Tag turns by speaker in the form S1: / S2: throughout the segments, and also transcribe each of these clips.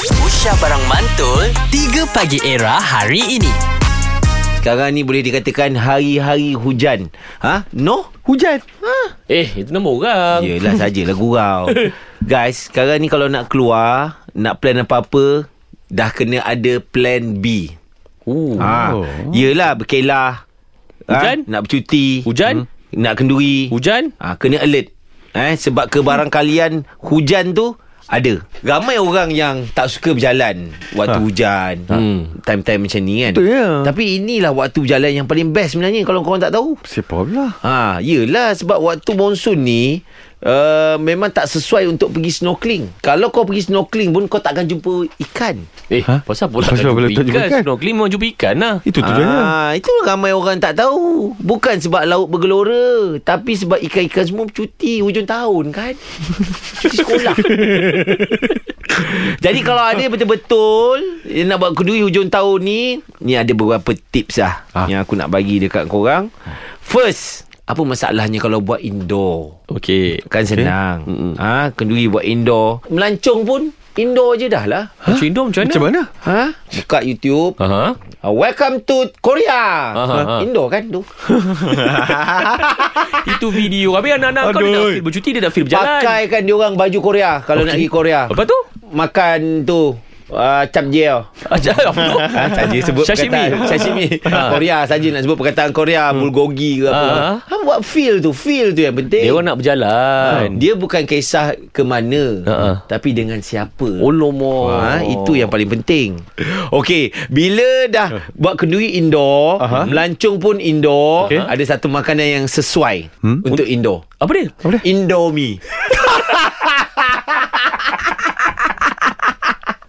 S1: Syah Barang Mantul 3 Pagi Era hari ini
S2: Sekarang ni boleh dikatakan hari-hari hujan. Ha? No? Hujan. Ha?
S3: Eh, itu nama orang. Yeah.
S2: Yelah sajalah gurau. Guys, sekarang ni kalau nak keluar, nak plan apa-apa, dah kena ada plan B.
S3: Uh.
S2: Ha. Yelah berkelah. Ah,
S3: Hujan?
S2: Nak bercuti.
S3: Hujan?
S2: Hmm. Nak kenduri.
S3: Hujan?
S2: Ha, kena alert. Eh, sebab kebarangkalian hujan tu ada. Ramai orang yang tak suka berjalan waktu ha. hujan. Hmm. Time-time macam ni kan.
S4: Betul, ya.
S2: Tapi inilah waktu berjalan yang paling best sebenarnya kalau korang tak tahu.
S4: Siapa pula?
S2: Ha, yelah sebab waktu monsun ni uh, memang tak sesuai untuk pergi snorkeling. Kalau kau pergi snorkeling pun kau takkan jumpa ikan.
S3: Eh,
S4: Ha?
S3: pasal pula
S4: Pasal
S3: tak
S4: boleh
S3: jumpa
S4: tak jumpa
S3: ikan?
S2: kan?
S4: ikan?
S3: Snorkeling memang jumpa ikan lah.
S4: Itu tujuannya.
S2: Ah, itu ramai orang tak tahu. Bukan sebab laut bergelora, tapi sebab ikan-ikan semua cuti hujung tahun kan. cuti sekolah. Jadi kalau ada betul-betul yang nak buat kedui hujung tahun ni, ni ada beberapa tips lah
S4: Ah.
S2: yang aku nak bagi dekat korang. First, apa masalahnya kalau buat indoor?
S3: Okey.
S2: Kan senang. Okay. Ha, kenduri buat indoor. Melancong pun indoor je dah lah.
S3: Macam Indo macam mana? Ha?
S4: Macam mana?
S2: Ha? Buka YouTube.
S3: Aha.
S2: Uh, welcome to Korea.
S3: Aha.
S2: Uh, Indo kan tu.
S3: Itu video. Habis anak-anak kau dia nak
S4: Aduh.
S3: feel bercuti, dia nak feel berjalan.
S2: Pakaikan diorang baju Korea kalau okay. nak pergi Korea.
S3: Apa tu?
S2: Makan tu uh, capjeo.
S3: Macam apa tu?
S2: Ha, saja sebut
S3: Sashimi.
S2: perkataan Sashimi
S3: Ha.
S2: Korea saja nak sebut perkataan Korea Bulgogi ke
S3: Hmm. Ah.
S2: apa ha, Buat feel tu Feel tu yang penting
S3: Dia orang kan. nak berjalan.
S2: Ha. Dia bukan kisah ke mana
S3: Ha, ha.
S2: Tapi dengan siapa
S3: Oh, lomo.
S2: Ha, itu yang paling penting. Okey, bila dah buat kenduri indoor,
S4: Aha.
S2: melancung pun indoor,
S4: Okey.
S2: ada satu makanan yang sesuai
S4: Hmm?
S2: untuk indoor.
S3: Apa dia?
S4: Apa dia?
S2: Indomie.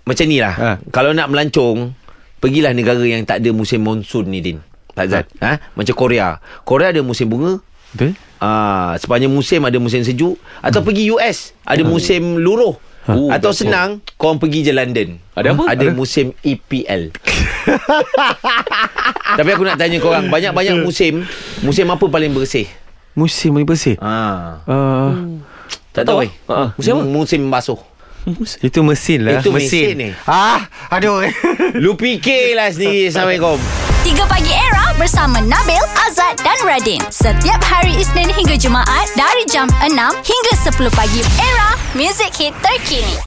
S2: Macam ni lah.
S4: Ha.
S2: Kalau nak melancung, pergilah negara yang tak ada musim monsun ni, Din. Pak Zat. Ha? Macam Korea. Korea ada musim bunga,
S4: Betul?
S2: Ah, sepanjang musim ada musim sejuk atau pergi US ada musim luruh.
S3: Oh,
S2: atau
S3: betul.
S2: senang korang pergi je London.
S3: Ada apa?
S2: Ada
S3: Ada.
S2: musim EPL. Tapi aku nak tanya korang banyak-banyak musim, musim apa paling bersih?
S4: Musim paling bersih.
S2: Ah,
S4: Uh,
S2: tak tahu. eh?
S3: Ha, ha.
S2: Musim apa? Musim basuh.
S4: itu mesin lah.
S2: Itu mesin ni.
S4: Ah, aduh.
S2: Lu fikirlah sendiri. Assalamuaikum.
S5: 3 Pagi Era bersama Nabil, Azad dan Radin. Setiap hari Isnin hingga Jumaat dari jam 6 hingga 10 pagi. Era, music hit terkini.